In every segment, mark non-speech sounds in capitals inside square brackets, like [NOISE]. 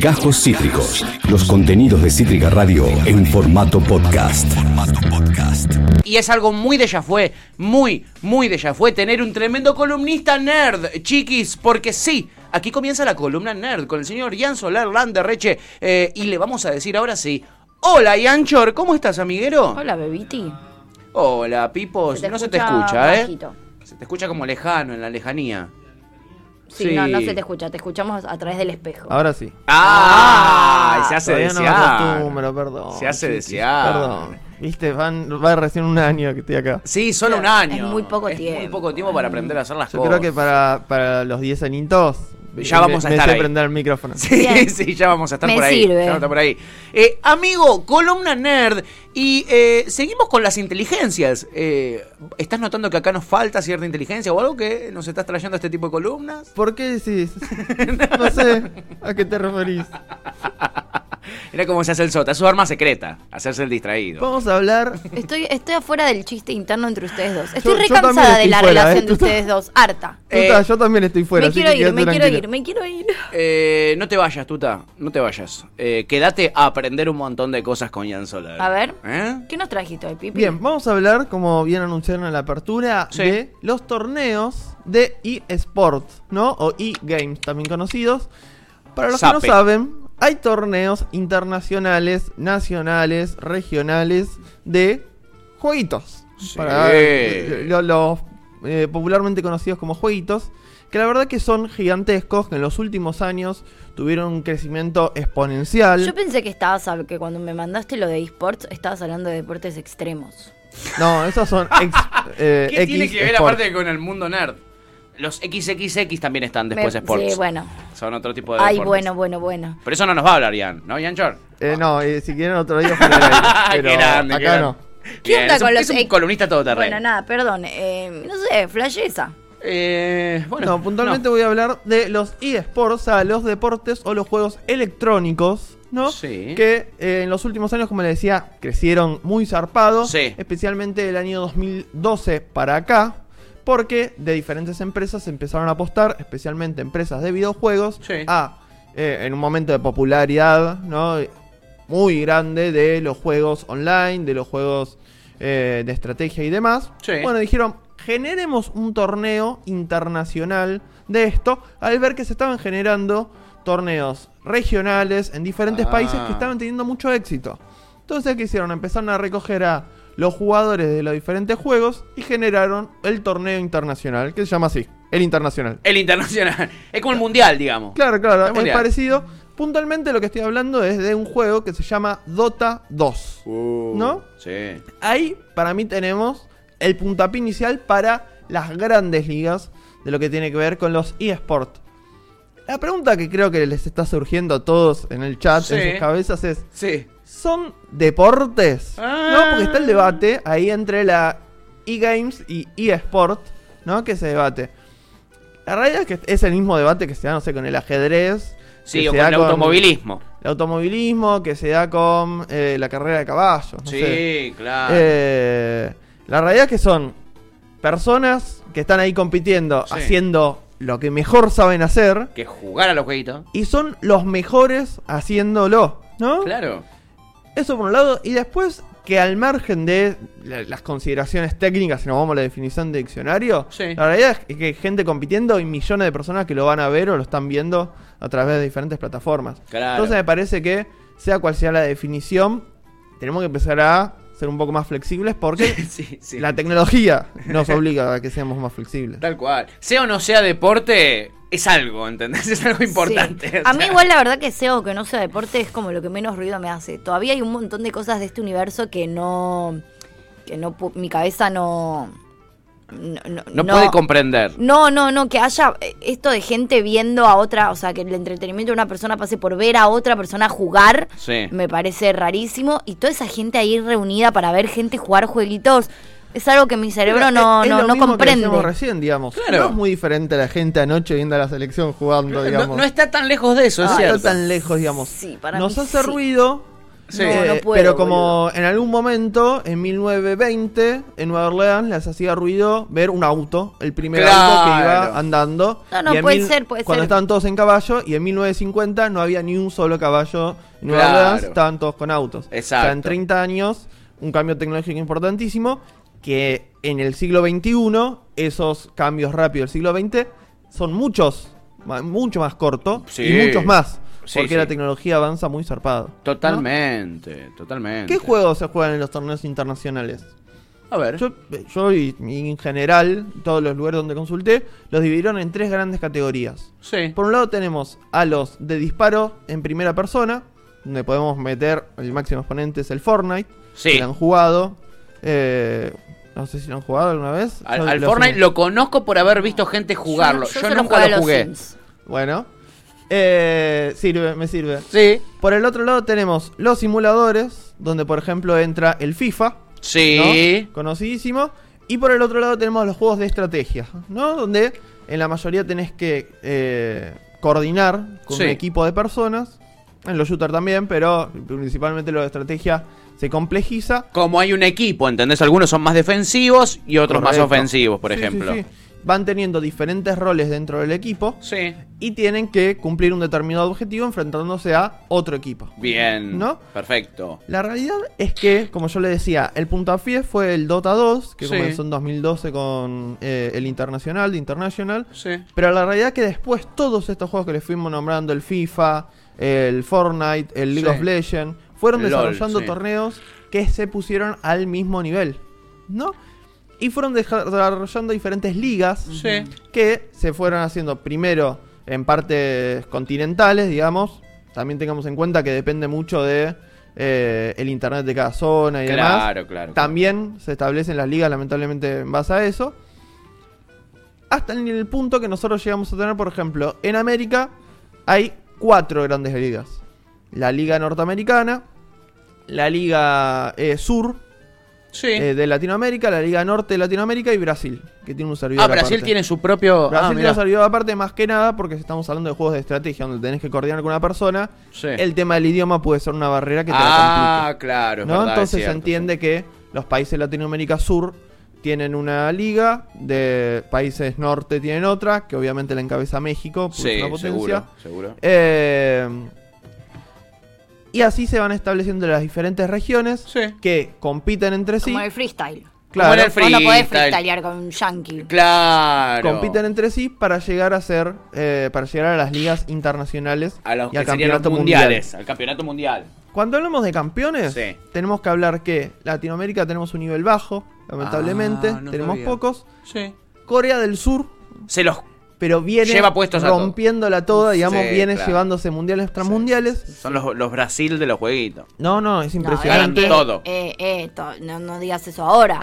Gajos Cítricos. Los contenidos de Cítrica Radio en formato podcast. Y es algo muy de ya fue, muy, muy de ya fue tener un tremendo columnista nerd, chiquis, porque sí, aquí comienza la columna nerd con el señor Jan Soler Landerreche eh, y le vamos a decir ahora sí. Hola, Yanchor, ¿cómo estás, amiguero? Hola, Bebiti. Hola, Pipos. Se te no se te escucha escucha, ¿eh? bajito. Se te escucha como lejano, en la lejanía. Sí, No, no se te escucha, te escuchamos a través del espejo. Ahora sí. ¡Ah! se hace Todavía no desear. acostumbro, perdón. Se hace chiquis, desear. Perdón. Viste, van, va recién un año que estoy acá. Sí, solo un Claro, año. es muy poco Es muy tiempo. poco tiempo para aprender a hacer las Yo cosas. creo que para, para los 10 añitos. Ya vamos a me, me estar sé ahí. prender el micrófono. Sí, [LAUGHS] Bien. sí, ya vamos a estar Me por ahí. sirve. Ya vamos a estar por ahí. Eh, amigo, columna nerd. Y eh, seguimos con las inteligencias. Eh, ¿Estás notando que acá nos falta cierta inteligencia o algo que nos estás trayendo este tipo de columnas? ¿Por [LAUGHS] qué decís? No sé a qué te referís. Era como se hace el sota, es su arma secreta, hacerse el distraído. Vamos a hablar. Estoy, estoy afuera del chiste interno entre ustedes dos. Estoy Yo- re yo también cansada estoy de la fuera, relación ¿eh? de ustedes dos. Harta. Eh, Tuta, yo también estoy fuera. me así quiero que ir, me quédate quiero ir, tranquila. me quiero ir. Eh, no te vayas, Tuta, no te vayas. Eh, quédate a aprender un montón de cosas con Jan Soler. A ver. ¿Eh? ¿Qué nos trajiste hoy, Pipi? Bien, vamos a hablar, como bien anunciaron en la apertura, Sí. de los torneos de eSport, ¿no? O eGames, también conocidos. Para los Sape. que no saben, hay torneos internacionales, nacionales, regionales de jueguitos. Sí. Para, eh, lo- los eh, popularmente conocidos como jueguitos, que la verdad que son gigantescos, que en los últimos años tuvieron un crecimiento exponencial. Yo pensé que estabas, hab- que cuando me mandaste lo de esports, estabas hablando de deportes extremos. No, esos son ex, eh, ¿Qué tiene X que ver Sport. aparte con el mundo nerd? Los XXX también están después Me- sports. Sí, bueno. Son otro tipo de Ay, deportes. bueno, bueno, bueno. Pero eso no nos va a hablar Ian, ¿no, Ian Chor? Eh, no, eh, si quieren otro [LAUGHS] día fuera del aire, Qué [LAUGHS] pero grande, acá qué grande. no. ¿Qué onda es un, con los es un ex- columnista todoterreno. Bueno, nada, perdón. eh, no sé, flayeza. Eh, bueno, no, puntualmente voy a hablar de los eSports, o sea, los deportes o los juegos electrónicos, ¿no? Sí. Que eh, en los últimos años, como les decía, crecieron muy zarpados, Sí. especialmente del año 2012 para acá, porque de diferentes empresas empezaron a apostar, especialmente empresas de videojuegos, Sí. a, eh, en un momento de popularidad, ¿no? Muy grande de los juegos online, de los juegos eh, de estrategia y demás. Sí. Bueno, dijeron, generemos un torneo internacional de esto, al ver que se estaban generando torneos regionales en diferentes Ah. países que estaban teniendo mucho éxito. Entonces, ¿qué hicieron? Empezaron a recoger a los jugadores de los diferentes juegos y generaron el torneo internacional, que se llama así, el internacional. El internacional. [LAUGHS] Es como el mundial, digamos. Claro, claro, Es es, mundial. parecido. Puntualmente lo que estoy hablando es de un juego que se llama Dota 2. Uh, ¿No? Sí. Ahí, para mí, tenemos el puntapié inicial para las grandes ligas de lo que tiene que ver con los eSports. La pregunta que creo que les está surgiendo a todos en el chat, Sí. en sus cabezas, es: Sí. ¿son deportes? Ah. No, porque está el debate ahí entre la eGames y eSport, ¿no? Que se debate. La realidad es que es el mismo debate que se da, no sé, con el ajedrez. Sí, que o se con el da automovilismo. El automovilismo, que se da con eh, la carrera de caballos. no sí, sé. claro. Eh, la realidad es que son personas que están ahí compitiendo, Sí. haciendo lo que mejor saben hacer, Que jugar a los jueguitos. y son los mejores haciéndolo, ¿no? Claro. [LAUGHS] Eso por un lado, y después que al margen de la- las consideraciones técnicas, si nos vamos a la definición de diccionario, Sí. la realidad es que hay gente compitiendo y millones de personas que lo van a ver o lo están viendo a través de diferentes plataformas. Claro. Entonces me parece que, sea cual sea la definición, tenemos que empezar a ser un poco más flexibles porque [LAUGHS] Sí, sí. la tecnología nos obliga a que seamos más flexibles. Tal cual. Sea o no sea deporte, es algo, ¿entendés? [LAUGHS] Es algo importante. Sí. o A mí sea. igual la verdad que sea o que no sea deporte es como lo que menos ruido me hace. Todavía hay un montón de cosas de este universo que no que no pu- mi cabeza no no, No, puede comprender. No, no, no, que haya eh, esto de gente viendo a otra, o sea, que el entretenimiento de una persona pase por ver a otra persona jugar, Sí. me parece rarísimo. Y toda esa gente ahí reunida para ver gente jugar jueguitos, es algo que mi cerebro no, Es- es no, lo no mismo que comprende. decíamos recién, digamos. Claro. No es muy diferente a la gente anoche viendo a la selección jugando, No, digamos. no está tan lejos de eso, es no cierto. está tan lejos, digamos. Sí, para Nos mí hace sí. ruido Sí. No, no Eh, puedo, pero como boludo. en algún momento, en 1920, en Nueva Orleans, les hacía ruido ver un auto, el primer auto que Claro. iba andando. No, no, y en puede ser, puede Cuando ser. estaban todos en caballo, y en 1950 no había ni un solo caballo en Nueva Claro. Orleans, estaban todos con autos. O sea, en Exacto. 30 años, un cambio tecnológico importantísimo, que en el siglo XXI, esos cambios rápidos del siglo XX son muchos, ma- mucho más corto, Sí. y muchos más. Sí, porque sí. la tecnología avanza muy zarpado. ¿no? Totalmente, totalmente. ¿Qué juegos se juegan en los torneos internacionales? A ver. Yo, yo y, y en general, todos los lugares donde consulté, los dividieron en tres grandes categorías. sí. Por un lado tenemos a los de disparo en primera persona, donde podemos meter el máximo exponente es el Fortnite, Sí. que lo han jugado. eh, no sé si lo han jugado alguna vez. Al, Yo al lo Fortnite jugué. lo conozco por haber visto gente jugarlo. Yo, solo nunca a lo los jugué. Sims. Bueno. Eh, sirve, me sirve. Sí. Por el otro lado tenemos los simuladores, donde por ejemplo entra el FIFA. Sí. ¿no? Conocidísimo. Y por el otro lado tenemos los juegos de estrategia, ¿no? Donde en la mayoría tenés que eh, coordinar con Sí. un equipo de personas. En los shooters también, pero principalmente los de estrategia se complejiza. Como hay un equipo, ¿entendés? Algunos son más defensivos y otros más Correcto. ofensivos, por Sí, sí, ejemplo. sí. Van teniendo diferentes roles dentro del equipo Sí. y tienen que cumplir un determinado objetivo enfrentándose a otro equipo. Bien. ¿No? Perfecto. La realidad es que, como yo le decía, el puntapié fue el Dota 2, que Sí. comenzó en 2012 con eh, el Internacional, de International. Sí. Pero la realidad es que después todos estos juegos que les fuimos nombrando, el FIFA, el Fortnite, el League Sí. of Legends, fueron LOL, desarrollando sí. torneos que se pusieron al mismo nivel, ¿no? Y fueron deja- desarrollando diferentes ligas Sí. que se fueron haciendo primero en partes continentales, digamos. También tengamos en cuenta que depende mucho de eh, el internet de cada zona y demás. Claro, claro, claro. También se establecen las ligas, lamentablemente, en base a eso. Hasta en el punto que nosotros llegamos a tener, por ejemplo, en América hay cuatro grandes ligas. La Liga Norteamericana, la Liga eh, Sur Sí. Ah, eh, de Latinoamérica, la Liga Norte de Latinoamérica y Brasil, que tiene un servidor ah, Brasil aparte. tiene su propio. Brasil ah, tiene mirá. un servidor aparte más que nada porque estamos hablando de juegos de estrategia donde tenés que coordinar con una persona. Sí. El tema del idioma puede ser una barrera que te la complica. Ah, claro. es ¿no? verdad, es Entonces cierto, se entiende que los países de Latinoamérica Sur tienen una liga, de países norte tienen otra, que obviamente la encabeza México, porque Sí, es una Sí, potencia. seguro. Seguro. Eh, y así se van estableciendo las diferentes regiones Sí. que compiten entre sí. Como el freestyle. Claro. Como en el Vos no podés freestyle. freestylear con un yankee. Claro. compiten entre sí para llegar a ser eh, para llegar a las ligas internacionales a los y al que serían los campeonato mundial. mundiales, al campeonato mundial. Cuando hablamos de campeones, Sí. tenemos que hablar que Latinoamérica tenemos un nivel bajo, lamentablemente, Ah, no tenemos sabía. pocos. Sí. Corea del Sur, Se los pero viene Lleva puestos a rompiéndola toda, digamos, Sí, viene claro. llevándose mundiales tras mundiales. son los, los Brasil de los jueguitos. No, no, es Ganan impresionante. eh, todo. eh, eh, to- no, no digas eso ahora.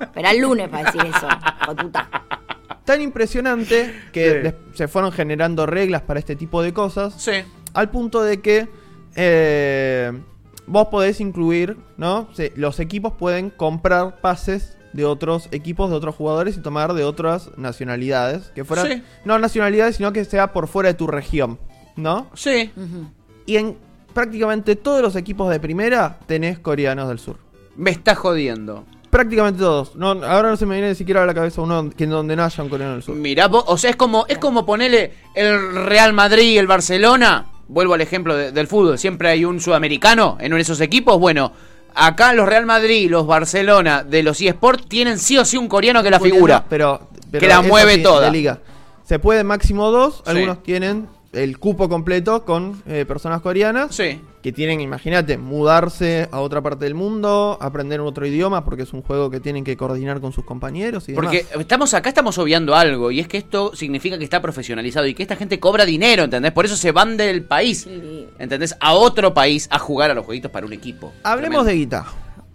Espera el lunes para decir eso. Jotuta. Tan impresionante que Sí. des- se fueron generando reglas para este tipo de cosas. Sí. Al punto de que eh, vos podés incluir, ¿no? Se- los equipos pueden comprar pases de otros equipos, de otros jugadores y tomar de otras nacionalidades. Que fueran, Sí. no nacionalidades, sino que sea por fuera de tu región, ¿no? Sí. Y en prácticamente todos los equipos de primera tenés coreanos del sur. Me está jodiendo. Prácticamente todos. No, ahora no se me viene ni siquiera a la cabeza uno que en donde no haya un coreano del sur. Mirá, vos, o sea, es como, es como ponerle el Real Madrid y el Barcelona. Vuelvo al ejemplo de- del fútbol. Siempre hay un sudamericano en uno de esos equipos. Bueno, acá los Real Madrid y los Barcelona de los eSports tienen sí o sí un coreano que la Juliana, figura. Pero, pero Que la es mueve así, toda. de liga. Se puede máximo dos. Sí. Algunos tienen el cupo completo con eh, personas coreanas. Sí. Que tienen, imagínate, mudarse a otra parte del mundo, aprender otro idioma, porque es un juego que tienen que coordinar con sus compañeros y demás. Porque estamos acá, estamos obviando algo, y es que esto significa que está profesionalizado y que esta gente cobra dinero, ¿entendés? Por eso se van del país, Sí. ¿entendés? A otro país a jugar a los jueguitos para un equipo. Hablemos de guita.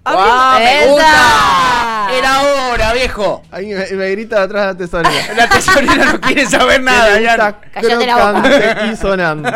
¡Ah, me ¡Esa! gusta! ¡Era hora, viejo! Ahí me, me grita de atrás la [LAUGHS] tesorera. La tesorera no quiere saber nada, Tiene Ian. guita Cállate la boca. crocante y sonante.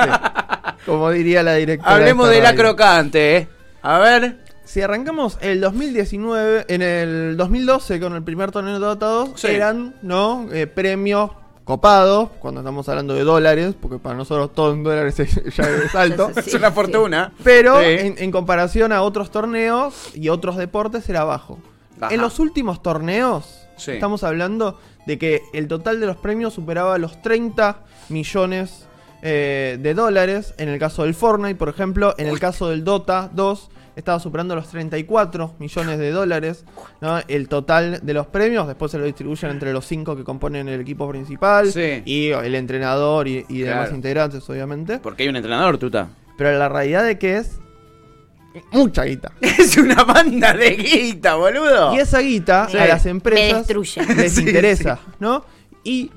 Como diría la directora. Hablemos de esta la radio. crocante, ¿eh? A ver. Si arrancamos el 2019, en el 2012 con el primer torneo de Dota 2, Sí. eran ¿no? Eh, premios copados, cuando estamos hablando de dólares, porque para nosotros todo en dólares [LAUGHS] es- ya es alto. Sí, es una sí. fortuna. Pero Sí. en, en comparación a otros torneos y otros deportes era bajo. Ajá. En los últimos torneos Sí. estamos hablando de que el total de los premios superaba los 30 millones eh, de dólares. En el caso del Fortnite, por ejemplo, en el caso del Dota 2 estaba superando los 34 millones de dólares ¿no? el total de los premios. Después se lo distribuyen entre los 5 que componen el equipo principal Sí. y el entrenador y, y demás Claro. integrantes, obviamente. Porque hay un entrenador, tuta. [LAUGHS] Pero la realidad de que es mucha guita. Es una banda de guita, boludo. Y esa guita Sí. a las Me empresas destruye. les Sí, interesa, ¿no? Y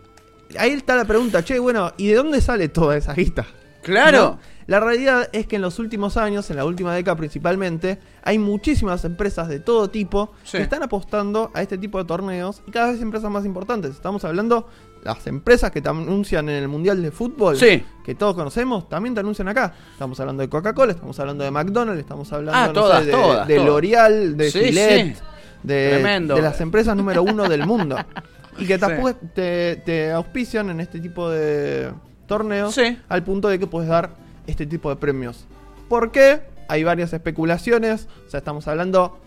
ahí está la pregunta, che, bueno, ¿y de dónde sale toda esa guita? Claro. ¿No? La realidad es que en los últimos años, en la última década principalmente, hay muchísimas empresas de todo tipo Sí. que están apostando a este tipo de torneos y cada vez empresas más importantes. Estamos hablando las empresas que te anuncian en el Mundial de Fútbol, Sí. que todos conocemos, también te anuncian acá. Estamos hablando de Coca-Cola, estamos hablando de McDonald's, estamos hablando Ah, no todas, sé, de, todas, de todas. L'Oreal, de Sí, Gillette, sí. de, Tremendo. de las empresas número uno del mundo. [LAUGHS] Y que Sí. tampoco te, te auspician en este tipo de torneos Sí. al punto de que puedes dar este tipo de premios. ¿Por qué? Hay varias especulaciones. O sea, estamos hablando,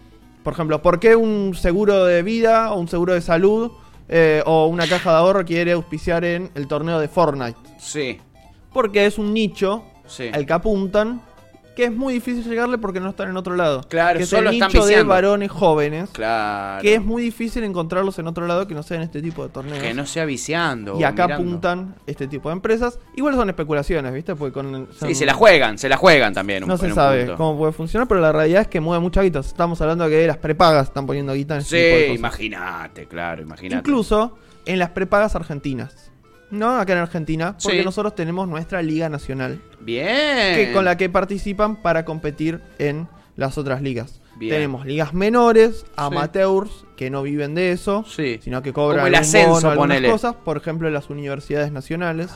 por ejemplo, ¿por qué un seguro de vida o un seguro de salud eh, o una caja de ahorro quiere auspiciar en el torneo de Fortnite? Sí. Porque es un nicho Sí. al que apuntan que es muy difícil llegarle porque no están en otro lado. Claro, que es solo el están nicho de viciando. varones jóvenes. Claro. Que es muy difícil encontrarlos en otro lado que no sea en este tipo de torneos. Que no sea viciando. y o acá mirando. apuntan este tipo de empresas. Igual son especulaciones, ¿viste? Porque con Sí, son- se la juegan, se la juegan también. un- no en se un sabe punto. cómo puede funcionar, pero la realidad es que mueve mucha guita. Estamos hablando de que las prepagas están poniendo guita en este tipo de Sí, cosas. imagínate, claro, imagínate. Incluso en las prepagas argentinas. No acá en Argentina, porque Sí. nosotros tenemos nuestra liga nacional, Bien. que con la que participan para competir en las otras ligas. Bien. Tenemos ligas menores, amateurs, que no viven de eso, Sí. sino que cobran Como el algún ascenso, bono, algunas ponele. Ah. cosas. Por ejemplo, las universidades nacionales,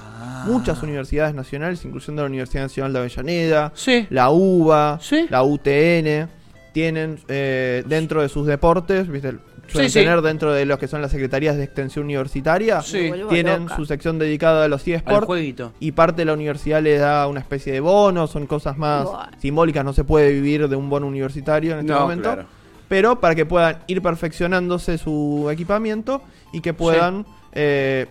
muchas universidades nacionales, incluyendo la Universidad Nacional de Avellaneda, Sí. la UBA, Sí. la UTN, tienen eh, dentro de sus deportes, ¿viste? suelen Sí, sí. tener dentro de los que son las secretarías de extensión universitaria, Sí. Me vuelvo tienen loca. su sección dedicada a los Al eSports. jueguito. Y parte de la universidad le da una especie de bono, son cosas más Buah. simbólicas, no se puede vivir de un bono universitario en este No, momento. claro. Pero para que puedan ir perfeccionándose su equipamiento y que puedan eh,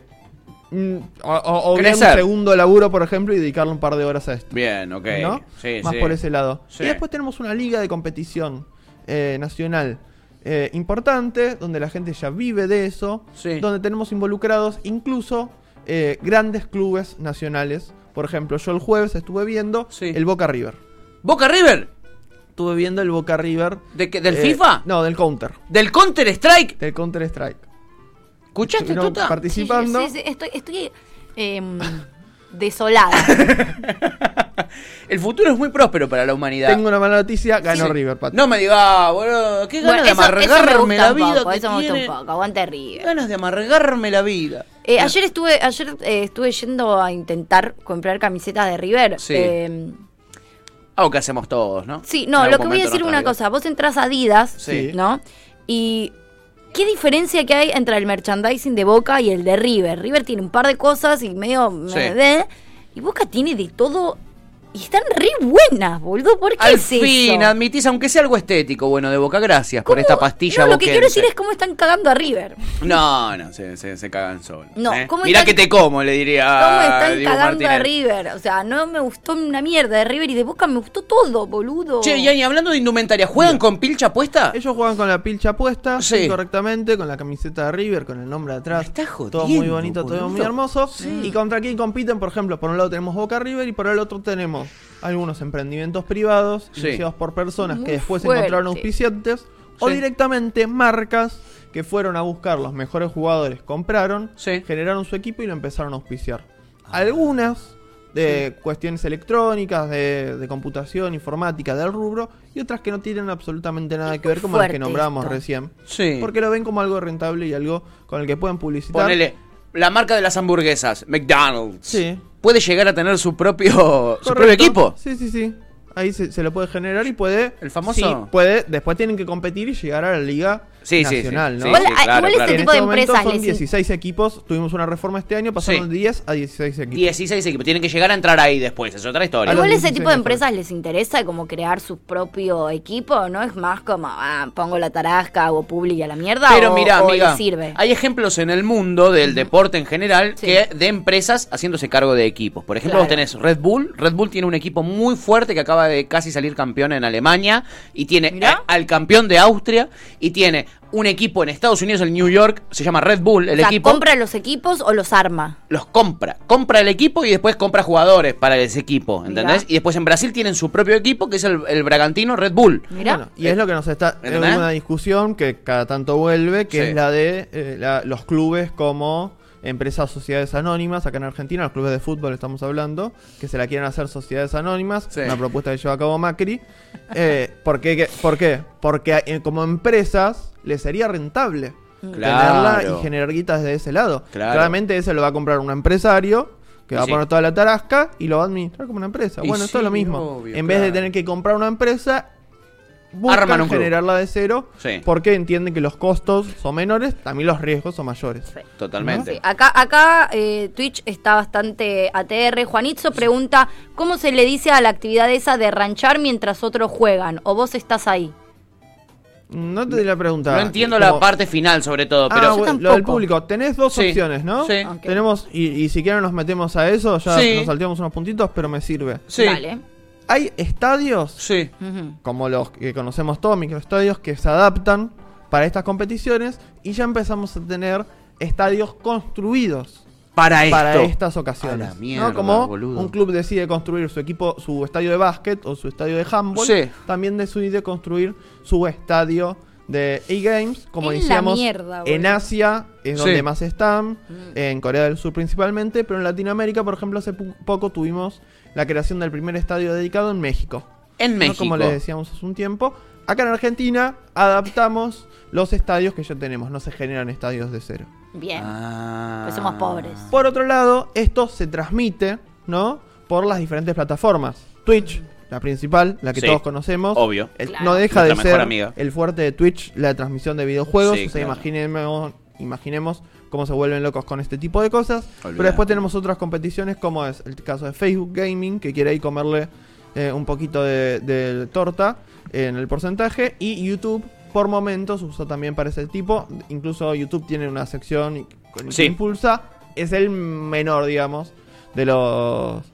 mm, o, o- o bien un Crecer. segundo laburo, por ejemplo, y dedicarle un par de horas a esto. Bien, ok. ¿no? Sí, Más sí. por ese lado. Sí. Y después tenemos una liga de competición eh, nacional eh, importante, donde la gente ya vive de eso, Sí. donde tenemos involucrados incluso eh, grandes clubes nacionales. Por ejemplo, yo el jueves estuve viendo Sí. el Boca River. Boca River. Estuve viendo el Boca River. ¿De qué- del eh, FIFA? No, del Counter. Del Counter Strike. Del Counter Strike. ¿Escuchaste, Tota? Estuvieron Tuta? participando. Sí, sí, sí, estoy, estoy em, [LAUGHS] desolada. El futuro es muy próspero para la humanidad. Tengo una mala noticia, ganó Sí. River, Pato. No me digas, boludo. Qué ganas Bueno, de eso- eso me amargarme gusta la un vida. poco, que eso me gusta tiene. un poco, aguante River. Qué ganas de amargarme la vida. Eh, ayer estuve, ayer eh, estuve yendo a intentar comprar camisetas de River. Sí. Eh, Algo que hacemos todos, ¿no? sí, En no, algún lo que voy a momento decir de es una nuestras cosa. Vos entras a Adidas, Sí. ¿no? Y qué diferencia que hay entre el merchandising de Boca y el de River. River tiene un par de cosas y medio Sí. de- y Boca tiene de todo y están re buenas, boludo. ¿Por qué vidas. Al es eso? fin, admitís, aunque sea algo estético, bueno, de Boca, gracias por ¿Cómo? esta pastilla No, lo que quiero boquense. decir es cómo están cagando a River. No, no, se, se, se cagan solos. No, ¿eh? ¿cómo Mirá están- que te como, le diría. ¿Cómo están Diego cagando a Ah, Martínez. River? O sea, no me gustó una mierda de River y de Boca me gustó todo, boludo. Che, y, y hablando de indumentaria, ¿juegan con pilcha puesta? Ellos juegan con la pilcha puesta, Sí. correctamente, con la camiseta de River, con el nombre de atrás. Me estás jodiendo, todo muy bonito, todo boludo. muy hermoso. ¿Y contra quién compiten? Por ejemplo, por un lado tenemos Boca River y por el otro tenemos algunos emprendimientos privados, Sí. iniciados por personas Muy que después fuerte. encontraron auspiciantes, o Sí. directamente marcas que fueron a buscar los mejores jugadores, compraron, Sí. Ah. generaron su equipo y lo empezaron a auspiciar. Algunas de cuestiones electrónicas, de, de computación, informática, del rubro, y otras que no tienen absolutamente nada que ver, como las que fuerte nombramos esto. recién. Sí. Porque lo ven como algo rentable y algo con el que pueden publicitar. Ponele, la marca de las hamburguesas, McDonald's. Sí. Puede llegar a tener su propio, su propio Correcto. equipo. Sí, sí, sí. ahí se, se lo puede generar y puede. El famoso- Sí, puede. Después tienen que competir y llegar a la Liga Sí, sí, sí. Nacional, Sí, ¿no? igual sí, ah, claro, igual claro. este en tipo este de momento empresas son les- 16 equipos. Tuvimos una reforma este año, pasaron Sí. de 10 a 16 equipos. 16 equipos. Tienen que llegar a entrar ahí después. Es otra historia. A los Igual ese 16 tipo de mejores. empresas les interesa como crear su propio equipo, ¿no? Es más como, ah, pongo la tarasca, hago public y a la mierda. Pero o, mira, o amiga, les sirve. hay ejemplos en el mundo del deporte en general Sí. que de empresas haciéndose cargo de equipos. Por ejemplo, Claro. vos tenés Red Bull. Red Bull tiene un equipo muy fuerte que acaba de casi salir campeón en Alemania y tiene Mirá. a- al campeón de Austria y tiene un equipo en Estados Unidos, el New York, se llama Red Bull, el o sea, equipo. compra los equipos o los arma. Los compra, compra el equipo y después compra jugadores para ese equipo, ¿entendés? Mirá. Y después en Brasil tienen su propio equipo que es el, el Bragantino Red Bull. Mirá. Bueno, y es lo que nos está en ¿Entendés? una discusión que cada tanto vuelve, que Sí. es la de eh, la- los clubes como empresas sociedades anónimas, acá en Argentina, los clubes de fútbol estamos hablando, que se la quieren hacer sociedades anónimas, Sí. una propuesta que lleva a cabo Macri. Eh, ¿por, qué, que- ¿Por qué? Porque eh, como empresas les sería rentable Mm. Claro. tenerla y generar guitas de ese lado. Claro. Claramente ese lo va a comprar un empresario. Que Y va sí. a poner toda la tarasca y lo va a administrar como una empresa. Y bueno, esto es lo sí, mismo. obvio, en vez de claro. tener que comprar una empresa, buscan Arman un club. generarla de cero Sí. porque entienden que los costos son menores, también los riesgos son mayores. Totalmente. Sí, acá acá eh, Twitch está bastante ATR. Juanitzo pregunta, ¿cómo se le dice a la actividad esa de ranchar mientras otros juegan? ¿O vos estás ahí? No te di la pregunta. No entiendo Como- la parte final, sobre todo, Ah, pero. bueno, Yo lo del tampoco. público. Tenés dos Sí, opciones, ¿no? sí. Ok. Tenemos, y, y si quieren nos metemos a eso, ya Sí. nos salteamos unos puntitos, pero me sirve. Sí. Dale. Hay estadios Sí. Ujú. como los que conocemos todos, microestadios, que se adaptan para estas competiciones y ya empezamos a tener estadios construidos Para esto. para estas ocasiones. A la mierda, ¿no? Como boludo. un club decide construir su equipo, su estadio de básquet o su estadio de handball, Sí. también decide construir su estadio de e-games, como En la decíamos, mierda, boludo. Mm. en Asia es donde Sí. más están, en Corea del Sur principalmente, pero en Latinoamérica, por ejemplo, hace pu- poco tuvimos la creación del primer estadio dedicado en México. En ¿no? México. Como les decíamos hace un tiempo. Acá en Argentina adaptamos los estadios que ya tenemos, no se generan estadios de cero. Bien. Ah. Pues somos pobres. Por otro lado, esto se transmite, ¿no? Por las diferentes plataformas. Twitch, la principal, la que Sí, todos conocemos. obvio. El- Claro. No deja de Nuestra mejor ser amiga. el fuerte de Twitch, la transmisión de videojuegos. Sí, o sea, claro. imaginemos, imaginemos cómo se vuelven locos con este tipo de cosas. Pero Olvidate. después tenemos otras competiciones, como es el caso de Facebook Gaming, que quiere ahí comerle eh, un poquito de, de torta eh, en el porcentaje. Y YouTube, por momentos, usa también para ese tipo. Incluso YouTube tiene una sección con- Sí. que impulsa. Es el menor, digamos, de los.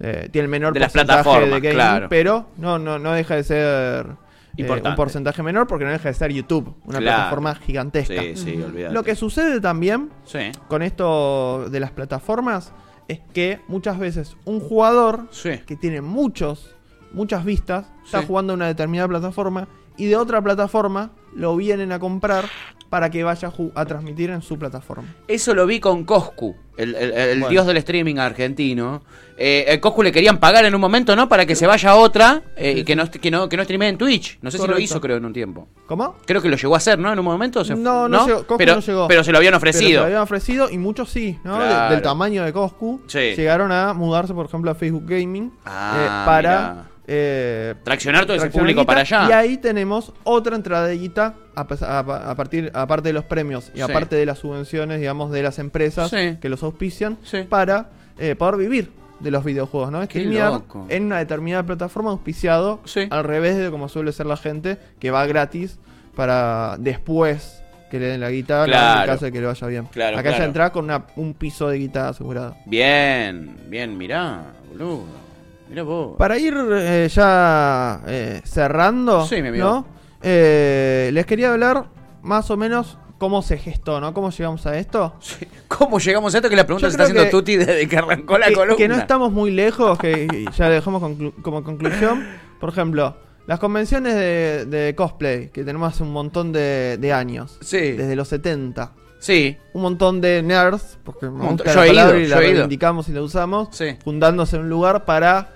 eh, tiene el menor De las porcentaje plataformas, claro. pero no, no, no deja de ser eh, un Importante. porcentaje menor porque no deja de ser YouTube, una Claro. plataforma gigantesca. Sí, sí, olvidate. Lo que sucede también Sí. con esto de las plataformas es que muchas veces un jugador Sí. que tiene muchos, muchas vistas, está Sí. jugando en una determinada plataforma y de otra plataforma lo vienen a comprar para que vaya a ju- a transmitir en su plataforma. Eso lo vi con Coscu, el, el- el Bueno. dios del streaming argentino. Eh, a Coscu le querían pagar en un momento, ¿no? Para que se vaya a otra eh, y que no, que no, que no streamee en Twitch. No sé si Correcto. lo hizo, creo, en un tiempo. ¿Cómo? Creo que lo llegó a hacer, ¿no? En un momento. se- No, no, llegó, Coscu pero, no llegó. Pero se lo habían Pero se ofrecido. lo habían ofrecido y muchos sí, ¿no? De- Claro. del tamaño de Coscu. Sí. Llegaron a mudarse, por ejemplo, a Facebook Gaming Ah, eh, para mirá. eh, Traccionar todo ese traccionar público guita, para Y allá. ahí tenemos otra entradillita a, pesa- a- a partir, aparte de los premios y Sí. aparte de las subvenciones, digamos, de las empresas Sí. que los auspician Sí. para eh, poder vivir de los videojuegos, ¿no? Qué Streamear loco. en una determinada plataforma auspiciado, Sí. al revés de como suele ser la gente que va gratis para después que le den la guitarra en el Claro. caso de que le vaya bien. Claro, Acá ya claro. entrás con una- un piso de guitarra asegurado. Bien, bien, mirá, boludo. Mirá vos. Para ir eh, ya eh, cerrando, Sí, mi amigo. ¿no? Eh, les quería hablar más o menos cómo se gestó, ¿no? ¿Cómo llegamos a esto? Sí. [LAUGHS] ¿Cómo llegamos a esto? Que la pregunta Yo se está creo haciendo que- Tuti desde que arrancó la que, columna. que no estamos muy lejos, que ya dejamos conclu- como conclusión. Por ejemplo, las convenciones de, de cosplay que tenemos hace un montón de, de años. Sí. Desde los 70. Sí, Un montón de nerds, porque me Un montón. gusta Yo he la ido, palabra y yo la he ido. reivindicamos y la usamos, Sí. juntándose en un lugar para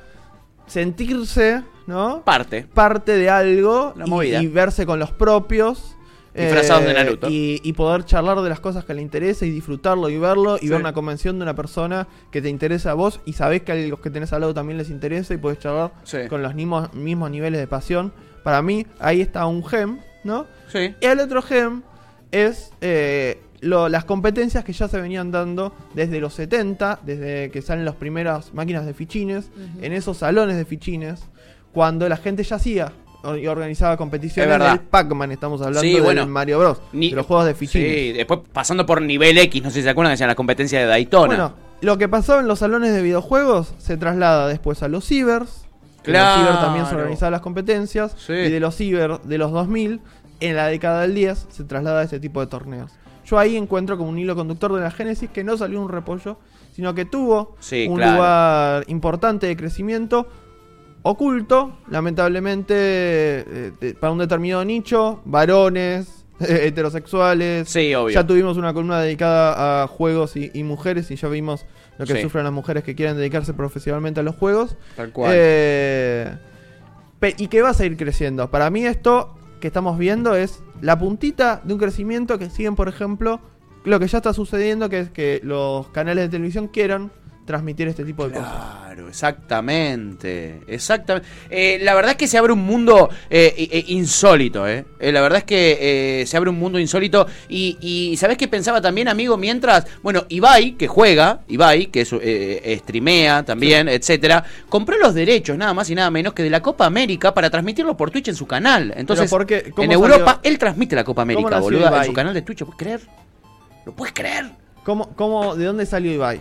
sentirse, ¿no? parte. parte de algo La y, movida. y verse con los propios. Disfrazados de Eh, Naruto. Y, y poder charlar de las cosas que le interesa y disfrutarlo y verlo y Sí. ver una convención de una persona que te interesa a vos y sabés que a los que tenés al lado también les interesa y podés charlar Sí. con los mismos, mismos niveles de pasión. Para mí, ahí está un gem, ¿no? Sí. Y el otro gem es eh, lo- las competencias que ya se venían dando desde los 70, desde que salen las primeras máquinas de fichines, en esos salones de fichines, cuando la gente ya hacía o- y organizaba competiciones. Es verdad. del Pac-Man estamos hablando Sí, del bueno. Mario Bros. Ni- de los juegos de fichines. Sí, después pasando por nivel X, no sé si se acuerdan que hacían las competencias de Daytona. Bueno, lo que pasaba en los salones de videojuegos se traslada después a los cibers. que En los ciber también se Claro. organizaban las competencias. Sí. Y de los ciber de los 2000, en la década del 10, se traslada a este tipo de torneos. Yo ahí encuentro como un hilo conductor de la Génesis que no salió un repollo, sino que tuvo Sí, un claro. lugar importante de crecimiento oculto, lamentablemente, eh, de- para un determinado nicho, varones, [LAUGHS] heterosexuales. Sí, obvio. Ya tuvimos una columna dedicada a juegos y, y mujeres y ya vimos lo que Sí. sufren las mujeres que quieren dedicarse profesionalmente a los juegos. Tal cual. Eh, pe- y que va a seguir creciendo. Para mí esto que estamos viendo es la puntita de un crecimiento que siguen, por ejemplo, lo que ya está sucediendo, que es que los canales de televisión quieran transmitir este tipo de cosas. Claro, exactamente. Exactamente. Eh, la verdad es que se abre un mundo eh, i- eh, insólito, eh. Eh, La verdad es que eh, se abre un mundo insólito. Y, y ¿sabes qué pensaba también, amigo? Mientras, bueno, Ibai, que juega, Ibai, que es, eh, eh, streamea también, etcétera, compró los derechos, nada más y nada menos, que de la Copa América para transmitirlo por Twitch en su canal. Entonces, ¿por qué? ¿Cómo en salió? Europa, él transmite la Copa América, nació boludo, en Ibai? su canal de Twitch. ¿Lo puedes creer? ¿Lo puedes creer? ¿Cómo, cómo, ¿De dónde salió Ibai?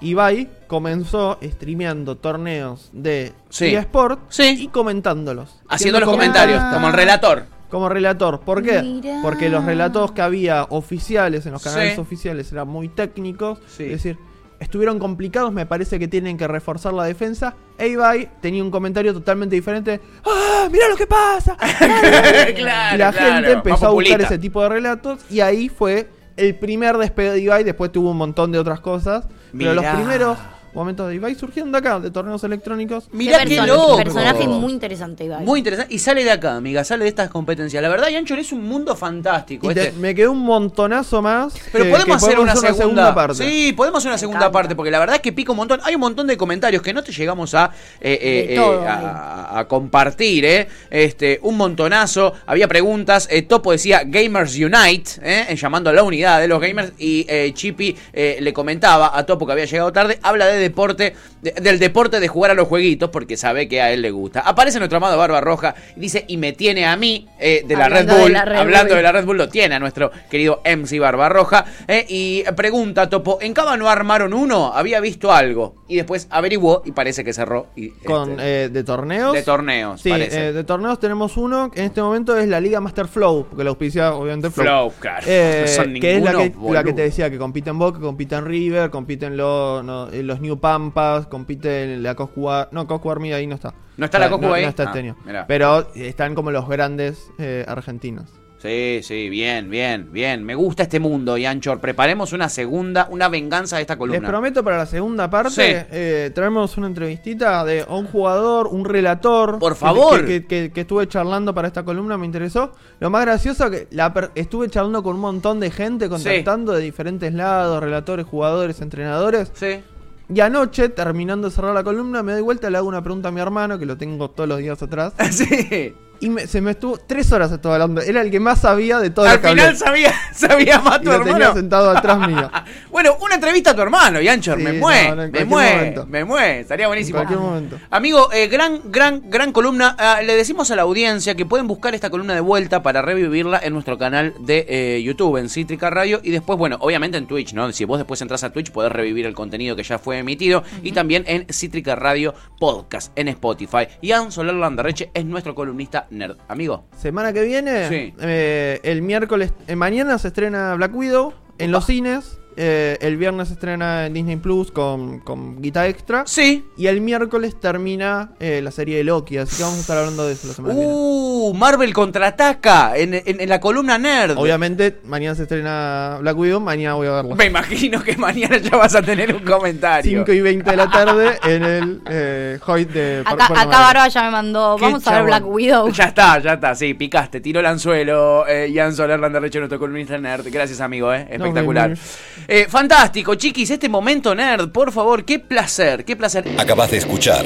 Ibai comenzó streameando torneos de Sí. eSport Sí. y comentándolos. Haciendo Haciendo los comentarios, comentarios como el relator. Como relator. ¿Por qué? Mirá. Porque los relatos que había oficiales en los canales Sí. oficiales eran muy técnicos. Sí. Es decir, estuvieron complicados, me parece que tienen que reforzar la defensa. E Ibai tenía un comentario totalmente diferente. ¡Ah! ¡Mirá lo [LAUGHS] que pasa! [LAUGHS] claro, y la claro, gente más empezó a buscar populista. ese tipo de relatos y ahí fue el primer despegue de Ibai, después tuvo un montón de otras cosas, pero los Mirá. primeros momentos de Ibai surgieron de acá, de torneos electrónicos. Mirá Qué qué person- loco. Personaje muy interesante, Ibai. Muy interesante. Y sale de acá, amiga, sale de estas competencias. La verdad, Yancho es un mundo fantástico. Y te- este. me quedó un montonazo más. Pero que- que podemos hacer una, segunda, parte. Sí, podemos hacer una segunda encanta. parte, porque la verdad es que pica un montón. Hay un montón de comentarios que no te llegamos a, eh, eh, De eh, todo, a, a compartir, ¿eh? Este, un montonazo. Había preguntas. eh, Topo decía Gamers Unite, ¿eh? Eh, llamando a la unidad de los gamers. Y eh, Chippy eh, le comentaba a Topo que había llegado tarde. Habla de deporte, de- del deporte de jugar a los jueguitos, porque sabe que a él le gusta. Aparece nuestro amado Barba Roja y dice, y me tiene a mí, eh, de, la Red Hablando de Bull, la Red hablando Bull. de la Red Bull lo tiene a nuestro querido MC Barbarroja. eh, y pregunta, Topo, ¿en Cava no armaron uno? Había visto algo. Y después averiguó y parece que cerró. y, Con, este, eh, de torneos. de torneos, Sí, parece. eh, de torneos tenemos uno que en este momento es la Liga Master Flow, porque la auspicia obviamente Flow. Flow, claro. Eh, No son que es la ninguno, que, la que boludo. te decía, que compite en Boca, compite en River, compite en lo- no, en los New Pampas, compite en la Coscu Ar- No, Coscu Army ahí no está. ¿No está la Coscu ahí? No está Ah, este año. mirá. Pero están como los grandes eh, argentinos. Sí, sí, bien, bien, bien. Me gusta este mundo, Yanchor. Preparemos una segunda, una venganza de esta columna. Les prometo para la segunda parte Sí. eh, traemos una entrevistita de un jugador, un relator. Por que- favor. Que, que- que estuve charlando para esta columna, me interesó. Lo más gracioso que la per- estuve charlando con un montón de gente, contactando de diferentes lados, relatores, jugadores, entrenadores. Sí. [LAUGHS] Y anoche, terminando de cerrar la columna, me doy vuelta, le hago una pregunta a mi hermano, que lo tengo todos los días atrás. sí. Y me- se me estuvo tres horas estuvo hablando. Era el que más sabía de todo Al lo que hablé. final sabía, sabía más Y tu lo tenía hermano. sentado [LAUGHS] atrás mío. Bueno, una entrevista a tu hermano, Yanchor, Sí, me mueve, no, no, en me cualquier mueve, momento. me mueve, estaría buenísimo. En cualquier momento. Amigo, eh, gran, gran, gran columna. Ah, le decimos a la audiencia que pueden buscar esta columna de vuelta para revivirla en nuestro canal de eh, YouTube, en Cítrica Radio, y después, bueno, obviamente en Twitch, ¿no? Si vos después entras a Twitch, podés revivir el contenido que ya fue emitido, y también en Cítrica Radio Podcast, en Spotify. Ian Soler Landerreche es nuestro columnista nerd. Amigo, Semana que viene, Sí. eh, el miércoles, eh, mañana se estrena Black Widow en los cines. eh, el viernes estrena en Disney Plus con, con guita extra. Sí. Y el miércoles termina eh, la serie de Loki, así que vamos a estar hablando de eso la semana que viene. Uh, Marvel contraataca en, en- en la columna nerd. Obviamente, mañana se estrena Black Widow, mañana voy a verla. Me imagino que mañana ya vas a tener un comentario. 5 y 20 de la tarde en el eh, Hoyt de Par- Acá, Puerto acá Madero. Baroa ya me mandó. Qué Vamos a ver chabón. Black [LAUGHS] Widow. Ya está, ya está, sí, picaste, tiró el anzuelo, eh, Ian Soler, Landerrecho, nuestro columnista nerd. Gracias, amigo, eh, espectacular. Nos Eh, fantástico, chiquis, este momento nerd, por favor, qué placer, qué placer. Acabas de escuchar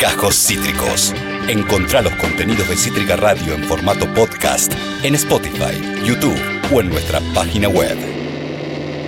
Cajos Cítricos. Encontrá los contenidos de Cítrica Radio en formato podcast en Spotify, YouTube o en nuestra página web.